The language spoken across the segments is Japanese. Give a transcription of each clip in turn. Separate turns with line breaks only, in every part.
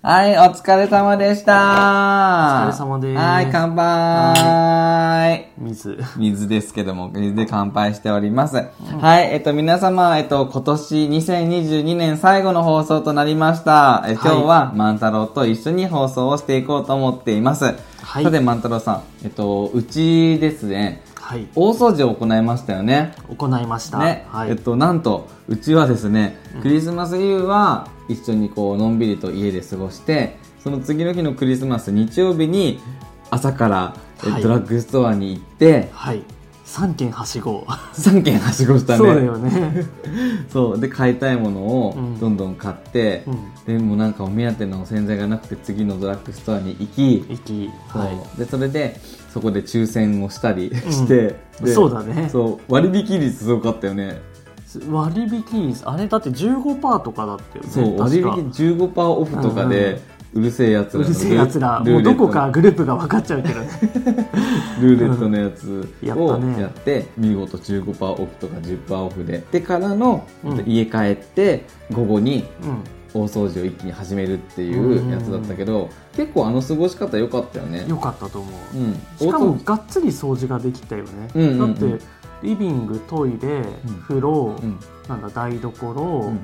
はい、お疲れ様でした。
お疲れ様です
はい、乾杯。
水。
水ですけども、水で乾杯しております。はい、えっと、皆様、えっと、今年2022年最後の放送となりました。え今日は万太郎と一緒に放送をしていこうと思っています。
はい
さて、万太郎さん、えっと、うちですね、
はい。
大掃除を行いましたよね。
行いました。
ね
は
えっ
い。
と、なんとうちはですね、クリスマスイブは一緒にこうのんびりと家で過ごしてその次の日のクリスマス日曜日に朝から、え
はい
ドラッグストアに行って
はい。三軒はしご。
3軒はしごしたね
そうだ よね。
そうで買いたいものを
うん
どんどん買って、
う
で
ん。
もうなんかお目当てのお洗剤がなくて次のドラッグストアに行き
駅。
そう
は
でそれでそこで抽選をしたりして、
い。
で
そうだね。
そう割引率すごかったよね
割引率、あれだって15%とかだったよね。
そう割
確
引
か
15%オフとかで、うるせえやつ
う
らの
るせえやつら、
ル
も
ーレッ
うど
トの
こかグループが分かっちゃうけどね。
ルーレットのやつ
うんやっ
を
たね
やって、見事15%オフとか10%オフででからの、
うん
家帰って午後に
うん。
大掃除を一気に始めるっていうやつだったけど、結構あの過ごし方良かったよね
よかったと思う。
うん
しか
大
も
掃除
がっつり掃除ができたよね、
うんうんうん
だってリビングトイレ、
ん
風呂、
うん
なんだ台所、
うん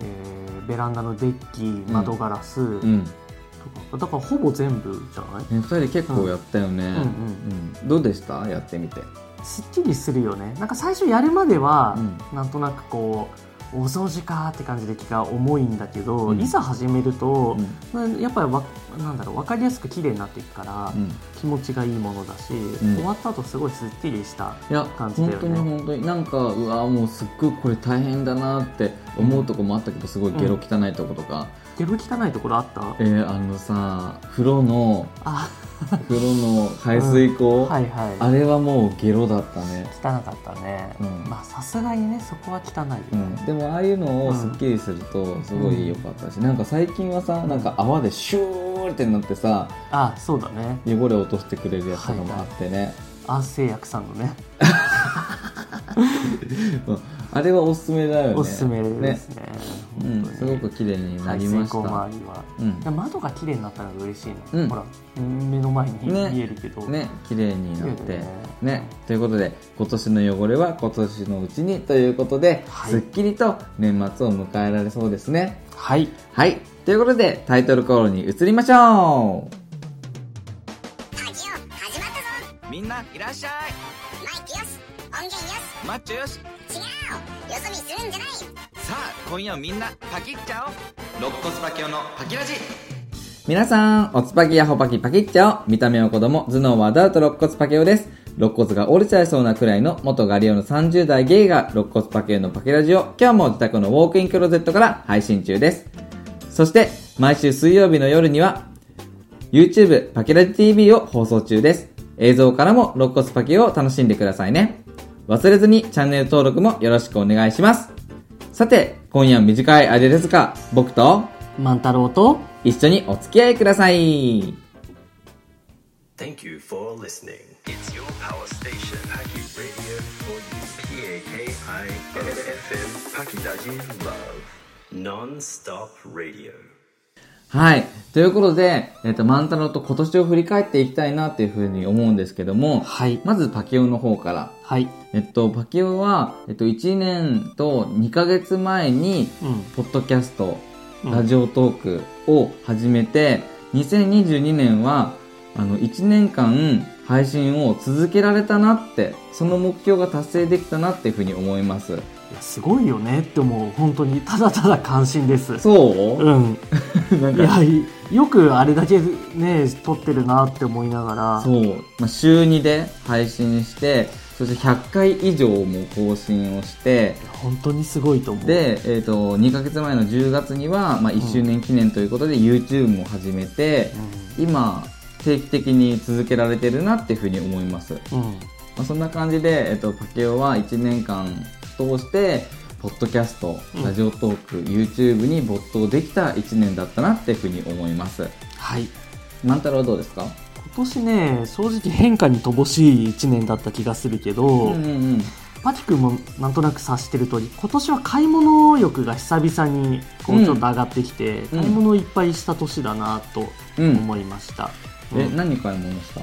えーベランダのデッキ窓ガラス、
うん、ね、
とかだからほぼ全部じゃない、
2人結構やったよね、
うんうん
うんどうでしたやってみて
すっきりするよねなんか最初やるまでは、
う
なんとなくこうお掃除かーって感じで気が重いんだけど、
うん
いざ始めると
うん、
やっぱりわなんだろう分かりやすく綺麗になっていくから、
うん
気持ちがいいものだし、
ん
終わった後すごいすっきりした
いや、
感
本
じだよね
当に本当になんかうわもうすっごいこれ大変だなって思うとこもあったけどすごいゲロ汚いとことか、
ゲロ汚いところあった
えーあのさ風呂の
あ
風呂の排水口、
はいはい
あれはもうゲロだったね、
汚かったね、
うん
まあさすがにねそこは汚いよ、
うん、でもああいうのをすっきりするとすごい良かったし、なんか最近はさなんか泡でシューってなってさ
あそうだね
汚れ落としてくれるやつとかもあってね、
安製薬さんのね
うんあれはおすすめだよね
おすすめですね
う
本
ん、
当に
すごく綺麗にな
排
り
水
まし
口
た、
周りは
うん
いや窓が綺麗になったのが嬉しいね、
うん
ほら目の前に
ね
見えるけど、
ね綺麗になっ
綺麗
て
だよね
ねということで今年の汚れは今年のうちにということで、
はい
すっきりと年末を迎えられそうですね
はい
はいということでタイトルコールに移りましょう
みんないらっしゃい
マイクよし音源よ
マッチョよし
し違うよそ見するんじゃない
さあ今夜みんなパキっちゃおう肋骨パキオのパキラジ
皆さんおつぱきやほぱきパキッチャオ見た目は子供頭脳はアダルト肋骨パケオです肋骨が折れちゃいそうなくらいの元ガリオの30代ゲイが肋骨パケオのパケラジオ今日も自宅のウォークインクローゼットから配信中ですそして毎週水曜日の夜には YouTube パケラジ TV を放送中です。映像からも肋骨パケを楽しんでくださいね。忘れずにチャンネル登録もよろしくお願いします。さて、今夜は短い間ですが、僕と
万太郎と
一緒にお付き合いください。
Thank you for listening. It's your power station, Paki Radio for you. P-A-K-I-N-F-M, Paki Daji Love. Non-stop radio.
はい。ということで、えっ、と、万太郎と今年を振り返っていきたいなっていうふうに思うんですけども、
はい
まずパケオの方から。
はい
えっと、パケオは、えっと、1年と2ヶ月前に、
う
ポッドキャスト、
うん
ラジオトークを始めて、2022年は、あの、1年間配信を続けられたなって、その目標が達成できたなっていうふうに思います。
んいやすごいよねって思う本当にただただ感心です
そう、
うん
なん
い
か、
やいよくあれだけね撮ってるなって思いながら
そう、まあ、週2で配信して、そして100回以上も更新をして、
本当にすごいと思う
で、えー、と2ヶ月前の10月には、まあ、1周年記念ということで YouTube も始めて、今定期的に続けられてるなっていうふうに思います、ま
うん、うん
あ、そんな感じで、えー、とパケオは1年間通してポッドキャスト
うん
ラジオトーク、YouTube に没頭できた1年だったなっていうふうに思います
はい
万太郎はどうですか
今年ね正直変化に乏しい1年だった気がするけど、
うんうん
パキ君もなんとなく察してる通り今年は買い物欲が久々にこ
うん
うちょっと上がってきて、
うん
買い物をいっぱいした年だなと
うん
思いました、
え、
うん
何買い物した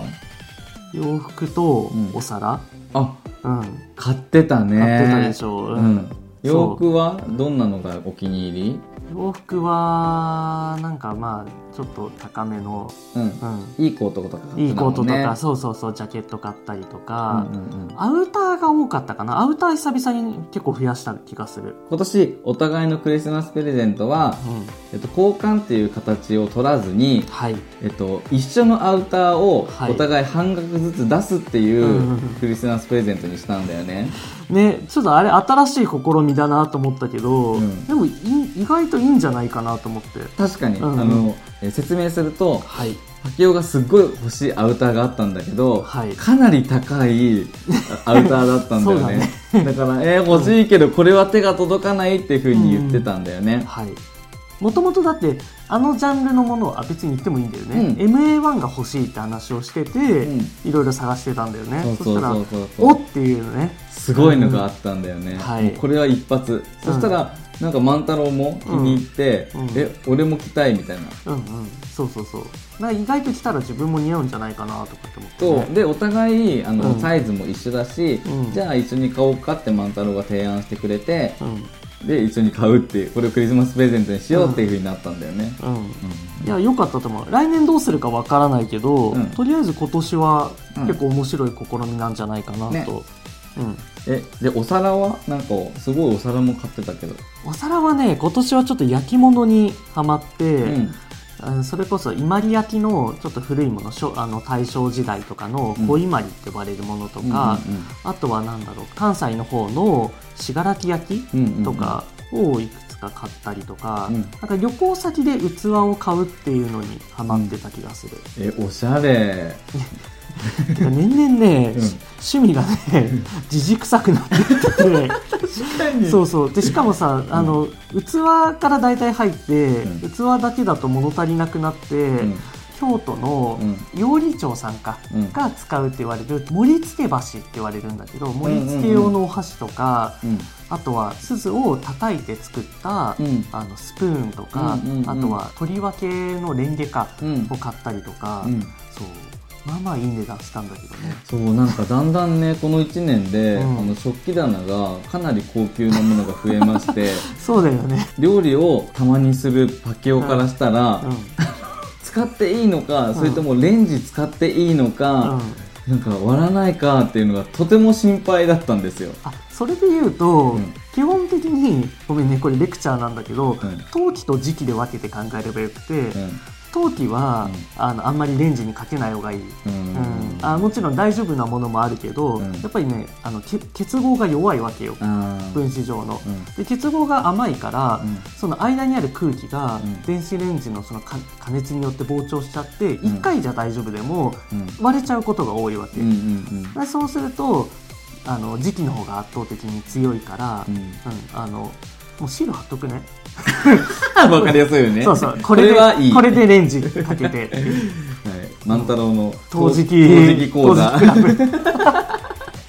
洋服と
うん
お皿、
あ、
うん
買ってたね。
買ってたでしょう、
う
うんん。
洋服はどんなのがお気に入り
洋服はなんかまあちょっと高めの、
うん
う。ん、
いいコートとか買ってたもんね
いいコートとか、そうそうそうジャケット買ったりとか
う、んうんうん
アウターが多かったかなアウター久々に結構増やした気がする、
今年お互いのクリスマスプレゼントは、
うん、
えっと、交換っていう形を取らずに、
はい
えっと、一緒のアウターを
はい
お互い半額ずつ出すってい
うんうんう
うんクリスマスプレゼントにしたんだよね。
ねちょっとあれ新しい試みだなと思ったけど、
うん
でもい意外といいんじゃないかなと思って
確かに、
うんうん
あのえ説明すると
はい
パキオがすっごい欲しいアウターがあったんだけど、
はい
かなり高いあアウターだったんだよねだから「えー欲しいけどこれは手が届かない」っていうふうに言ってたんだよね、
はいもともとだってあのジャンルのものは別に言ってもいいんだよね、
う
MA1 が欲しいって話をしてて、
ん
いろいろ探してたんだよね
そうそうそう
し
そう
たらおっていうね
すごいのがあったんだよね、
んはい
もうこれは一発、そしたらなんか万太郎も気に入って、
うんうん
え俺も着たいみたいな
うんうんそうそうそうなんか意外と来たら自分も似合うんじゃないかなとかって思って、
とでお互いあの、
うん
サイズも一緒だし、
うん
じゃあ一緒に買おうかって万太郎が提案してくれて、
うん
で一緒に買うっていうこれをクリスマスプレゼントにしようっていうふうになったんだよね、
うんいや良かったと思う来年どうするかわからないけど、
うん
とりあえず今年は
うん
結構面白い試みなんじゃないかなと、
ね
うん、
えでお皿はなんかすごいお皿も買ってたけど、
お皿はね今年はちょっと焼き物にはまって、
うん
あのそれこそ伊万里焼のちょっと古いものしょあの大正時代とかの
うん
小伊万里って呼ばれるものとか、あとは何だろう関西の方の信楽焼
うんうんうん
とかをいくつか買ったりとか、
うん
なんか旅行先で器を買うっていうのにハマってた気がする、
えおしゃれ
てか年々ね、
うん
し趣味がねじじくさくなってき
確
て
か
てそうそうでしかもさあの、器から大体入って、
ん
器だけだと物足りなくなって、
うん
京都の
うん
料理長さんか、
うん
が使うって言われる盛り付け橋って言われるんだけど盛り付け用のお箸とか、
うん
あとは鈴を叩いて作った、
うん
あのスプーンとか、
うんうんうん
あとはとりわけのレンゲか
うん
を買ったりとか、
うん
そうまあまあいい値段したんだけどね
そうなんかだんだんねこの1年で、
うん
あの食器棚がかなり高級なものが増えまして
そうだよね、
料理をたまにするパケオからしたら、
うん
使っていいのかそれともレンジ使っていいの
うん
か、、なんか割らないかっていうのがとても心配だったんですよ
あそれで言うと、
うん
基本的にごめんねこれレクチャーなんだけど、
ん
陶器と磁器で分けて考えればよくて、
う
陶器は、あのあんまりレンジにかけない方がいい、
んうん
うんあもちろん大丈夫なものもあるけど、
うん
やっぱりねあのけ結合が弱いわけよ
あー
分子上の、
うん
で結合が甘いから、
うん
その間にある空気が
うん
電子レンジのそのか加熱によって膨張しちゃって、
ん
1回じゃ大丈夫でも
うん
割れちゃうことが多いわけ、
うんうん
でそうするとあの時期の方が圧倒的に強いから、
う
うんんあのもうシール貼っとくね
うん わかりやすいよね
そうそう
こ
こ
れ
れで
はいい
これでレンジか けて
はい、万太郎の
陶磁器
陶磁器講座
陶磁器クラブ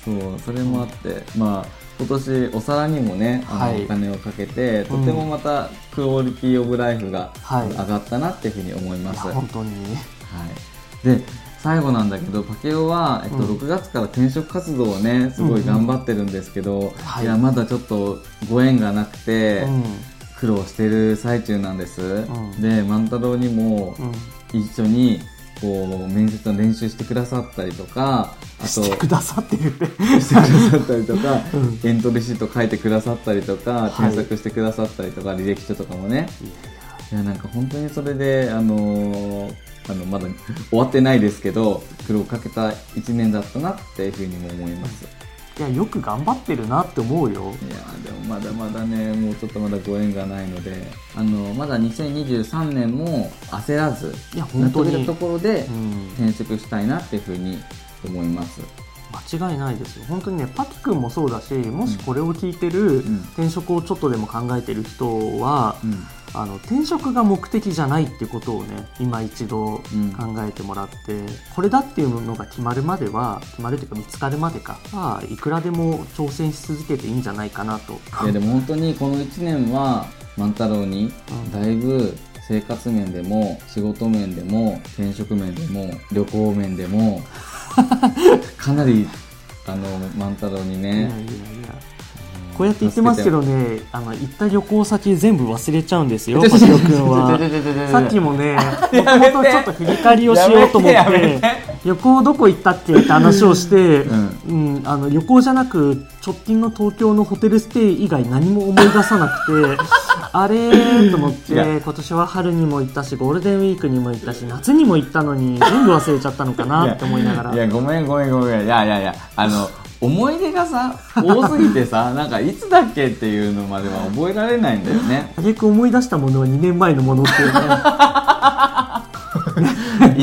そうそれもあって、まあ今年お皿にもねあの、
はい
お金をかけてとてもまたクオリティオブライフが
はい
上がったなっていうふうに思いま
いや
す、
本当に
はい、で最後なんだけどパケオは、えっと、
うん
6月から転職活動をねすごい頑張ってるんですけど、、
はいい
やまだちょっとご縁がなくて
うん
苦労してる最中なんです、
ん
で万太郎にも
うん
一緒にこう面接の練習してくださったりとかあと
してくださってるって
してくださったりとか、
うん
エントリーシート書いてくださったりとか、
い
添削してくださったりとか履歴書とかもねいやなんか本当にそれで、あのーあのまだ終わってないですけど苦労かけた1年だったなっていうふうにも思います
いやよく頑張ってるなって思うよ
いやーでもまだまだねもうちょっとまだご縁がないので、あのまだ2023年も焦らず
いや本
納
当
得の
に
ところで
うん
転職したいなっていうふうに思います、
間違いないですよ本当にねパキ君もそうだしもしこれを聞いてる
ん
転職をちょっとでも考えてる人は、
うん
あの転職が目的じゃないってことをね今一度考
うん
えてもらって、これだっていうのが決まるまでは決まるというか見つかるまでかはいくらでも挑戦し続けていいんじゃないかなと
いやでも本当にこの1年は万太郎に
うん
だいぶ生活面でも仕事面でも転職面でも旅行面で もかなりあの万太郎に
いやい
ね
やいやこうやって言ってますけどねあの行った旅行先全部忘れちゃうんですよ星野くんは。 さっきもね、もともとちょっと振り返りをしようと思っ
やめ
て、旅行どこ行ったっけって話をして、
う
うんあの旅行じゃなく、直近の東京のホテルステイ以外何も思い出さなく て、あれーと思っ
違
て、今年は春にも行ったし、ゴールデンウィークにも行ったし、夏にも行ったのに、全部忘れちゃったのかなって思いながら。
いやごめんごめんごめんいやいやいやあの思い出がさ多すぎてさなんかいつだっけっていうのまでは覚えられないんだよね
挙句思い出したものは2年前のものっていう ね。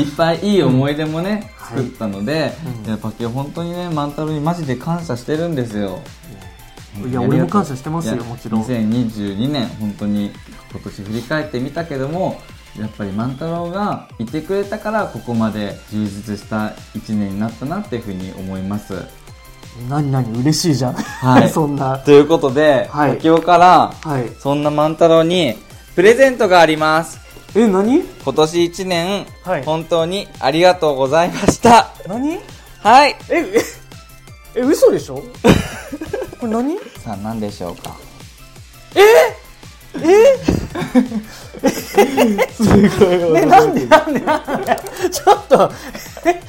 いっぱいいい思い出もね、作ったので、
うん
いやパキ本当にね万太郎にマジで感謝してるんですよ
いや俺も感謝してますよ
いや
もちろん
2022年本当に今年振り返ってみたけどもやっぱり万太郎がいてくれたからここまで充実した1年になったなっていうふうに思います
何何嬉しいじゃん。
はい
そんな。
ということで、
はい
パキオから
はい。
そんな万太郎にプレゼントがあります
え、何
今年1年、
はい
本当にありがとうございました
何
はい
え、え、え、嘘で しょこれ何え
さあ何でしょうか
え、なんでなんでなんで ちょっと、え、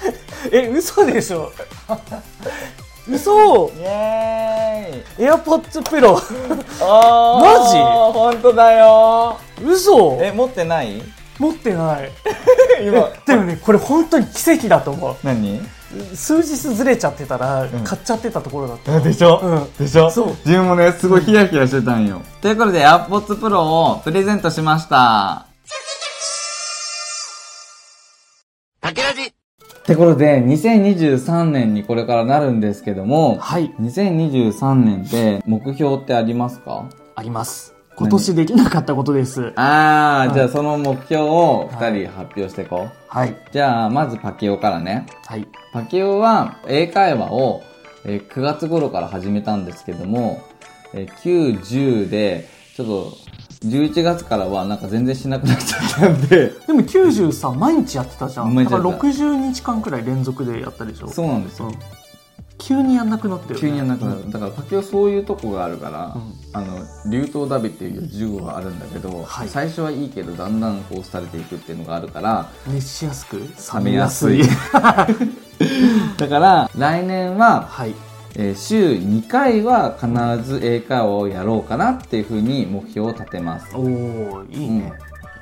え嘘で しょ嘘
イエーイ
AirPods Pro
あー
マジ
本当だよ
嘘
え持ってない
持ってない。
今
でもね、これ本当に奇跡だと思
何
う。数日ずれちゃってたら
ん、
買っちゃってたところだった。
でしょ、
うん
でしょ
そう
自分もねすごいヒヤヒヤしてたんよ、ということで AirPods Pro をプレゼントしました
パキラジ
ってことで2023年にこれからなるんですけども
はい、
2023年って目標ってありますか
あります。今年できなかったことです。
あー、
はい
じゃあその目標を2
は
人発表していこう、
はい。
じゃあまずパキオからね
はい。
パキオは英会話をえー9月頃から始めたんですけども910でちょっと11月からはなんか全然しなくなっちゃったん で
でも90さ、毎日やってたじゃん。
毎日
だ
や
か
っ
ら
た
60日間くらい連続でやったでしょ。
そうなんですよ、
うん急にやんなくなったよ、ね、
急にやんなくなるだからパキオそういうとこがあるから、
うん
あの流動ダビっていう15があるんだけど、
はい
最初はいいけどだんだんこう廃れていくっていうのがあるから
熱しやすく冷
冷
め
め
や
や
す
す
い。
いだから来年は、
はい
えー週2回は必ず英会話をやろうかなっていうふうに目標を立てます、
おおいい
うん
ね、、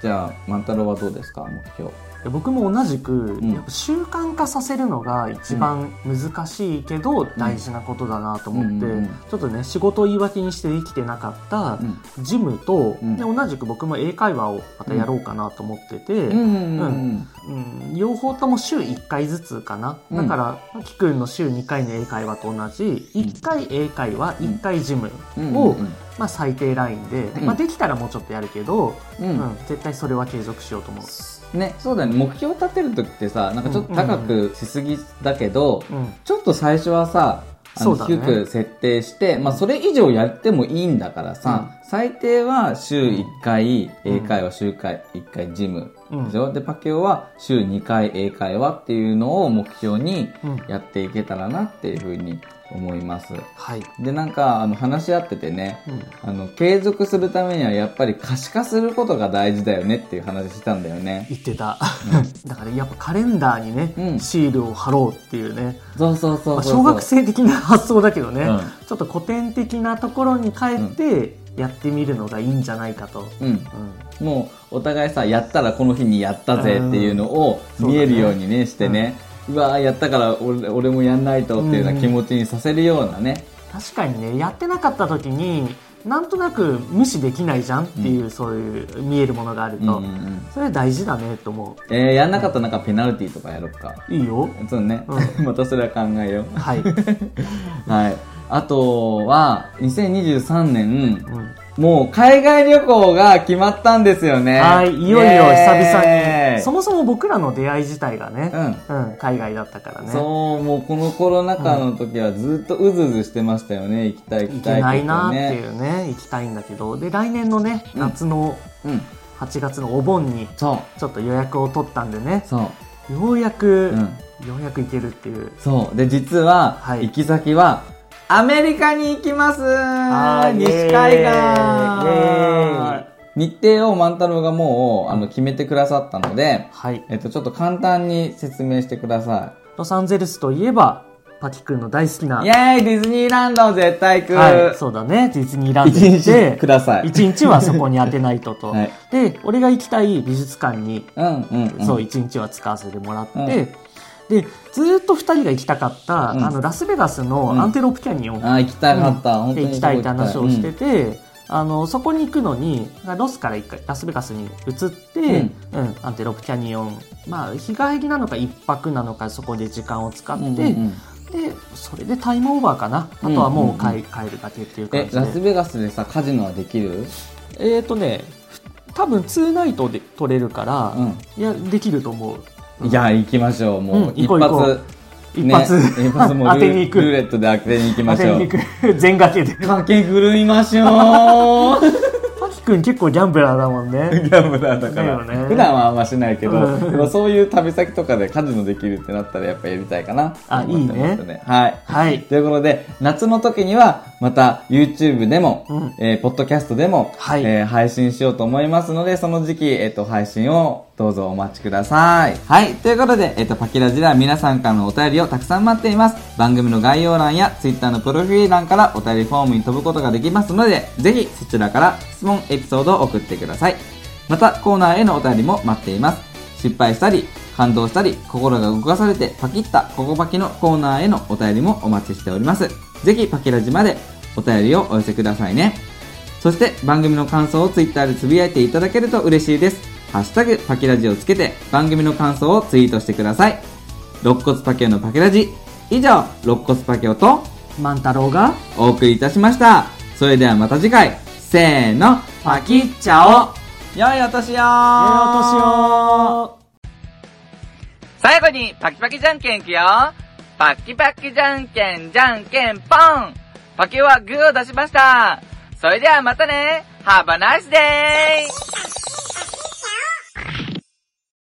じゃあ万太郎はどうですか目標
僕も同じく、
ん
やっぱ習慣化させるのが一番難しいけど、大事なことだなと思って、
うんうんうん
ちょっとね仕事を言い訳にして生きてなかった
うん
ジムと、
うん
で同じく僕も英会話をまたやろうかなと思ってて、
うん
うんうん、両方とも週1回ずつかな、
うん
だからきくんの週2回の英会話と同じ1回英会話1回ジム
う
を、
んうんうん
まあ、最低ラインで、
ん
まあ、できたらもうちょっとやるけど、
う
うん
ん
絶対それは継続しようと思う、
ね、そうだね目標立てる時ってさなんかちょっと高くしすぎだけど、
うん、
ちょっと最初はさあ
そ
の
うだね
低く設定して、まあ、それ以上やってもいいんだからさ、最低は週1回英会話、週回1回ジム
うん
でしょ、でパケオは週2回英会話っていうのを目標に
うん
やっていけたらなっていうふうに思います。
はい、
でなんかあの話し合っててね、
うん
あの継続するためにはやっぱり可視化することが大事だよねっていう話したんだよね。
言ってた、 だからやっぱカレンダーにね、
うん
シールを貼ろうっていうね、
そうそうそ
ま
う
あ、
そうそう。
小学生的な発想だけどね、
うん
ちょっと古典的なところに変えてやってみるのがいいんじゃないかと、
うん。
うん
もうお互いさやったらこの日にやったぜっていうのを
うん
見えるようにねしてね、うわーやったから俺俺もやんないとっていうような気持ちにさせるようなね、
確かにねやってなかった時になんとなく無視できないじゃんっていう、そういう見えるものがある
うんう
と、
んうん
それ大事だねと思
えーやんなかったらなんかペナルティーとかやろっか
ういいよ
そうね、
う
またそれは考えよ
は い、
うはいあとは2023年
うん
もう海外旅行が決まったんですよね。
はい、いよいよ
イ
久
エー
々
イ
に。そもそも僕らの出会い自体がね、
う
うん、海外だったからね。
そう、もうこのコロナ禍の時はずっとうずうずしてましたよね。行きたい行
行
きた
け
い
ないな
っ
っ
てて
い
ね。
うね、行きたいんだけど、で、来年のね、
うん
夏の
うん。
8月のお盆に、
そう、
ちょっと予約を取ったんでね、
そう、
ようやく、
うん。
ようやく行けるっていう。
そう。で、実は、
はい
行き先は、アメリカに行きます
あー
西海
イエーイイエーイ
岸日程を万太郎がもう、あの、決めてくださったので、
はい。
えっと、ちょっと簡単に説明してくださ
ロサンゼルスといえば、パキ君の大好きな、
い。イェーイディズニーランド絶対行く、
はい、そうだね、ディズニーランド
一
行っ
日
て
く、ださい。
一日はそこに当てないとと。
はい
で、俺が行きたい美術館に、
うんうん、うん。
そう、一日は使わせてもらって、
うん
で、ずーっと二人が行きたかった、
うん
あの、ラスベガスのアンテロープキャニオン、
あー、行きたかった。
うん
本当
で
に
行きたいって話をして
て。
て、あのそこに行くのにロスから一回ラスベガスに移って、うんアンテロープキャニオン、まあ、日帰りなのか一泊なのかそこで時間を使って、
うんうんうん
でそれでタイムオーバーかなあとはもう帰,、
うんうん
帰るだけっていう感
え、ラ
じ
ス
で
ベガスでさ、カジノはできる
えっ、とね多分2ナイトで取れるから、
うん
いやできると思う
いや、行きましょう。もう
う、ん
一
行こう行こ
発
う。一発,、
ね、一発もう
当
ル
てに行
ルーレ
く
ットで当てに行きま
当
してょ
に
う
行く 全掛 けで
賭け狂いましょ う
パキ君結構ギャンブラーだもん
ギ
ね
ャンブラーだから
だよね
普段はあんましないけど、
うん
でもそういう旅先とかでカジノできるってなったらやっぱやりたいかな
あ
と思ってます
いい
はい
はい
ということで夏の時にはまた YouTube でも、
うん
えーポッドキャストでも、
はい
えー配信しようと思いますのでその時期、えー、と配信をどうぞお待ちくださいはいということで、えー、とパキラジでは皆さんからのお便りをたくさん待っています番組の概要欄や Twitter のプロフィール欄からお便りフォームに飛ぶことができますのでぜひそちらから質問エピソードを送ってくださいまたコーナーへのお便りも待っています失敗したり感動したり心が動かされてパキッたここパキのコーナーへのお便りもお待ちしておりますぜひパキラジまでお便りをお寄せくださいねそして番組の感想をツイッターでつぶやいていただけると嬉しいですハッシュタグパキラジをつけて番組の感想をツイートしてください肋骨パキオのパキラジ以上肋骨パキオと
万太郎が
お送りいたしましたそれではまた次回せーのパキッチャオ良いお年を良い
お年を
最後にパキパキじゃんけんいくよパキパキじゃんけんじゃんけんポンパキはグーを出しましたそれではまたね !Have a nice day!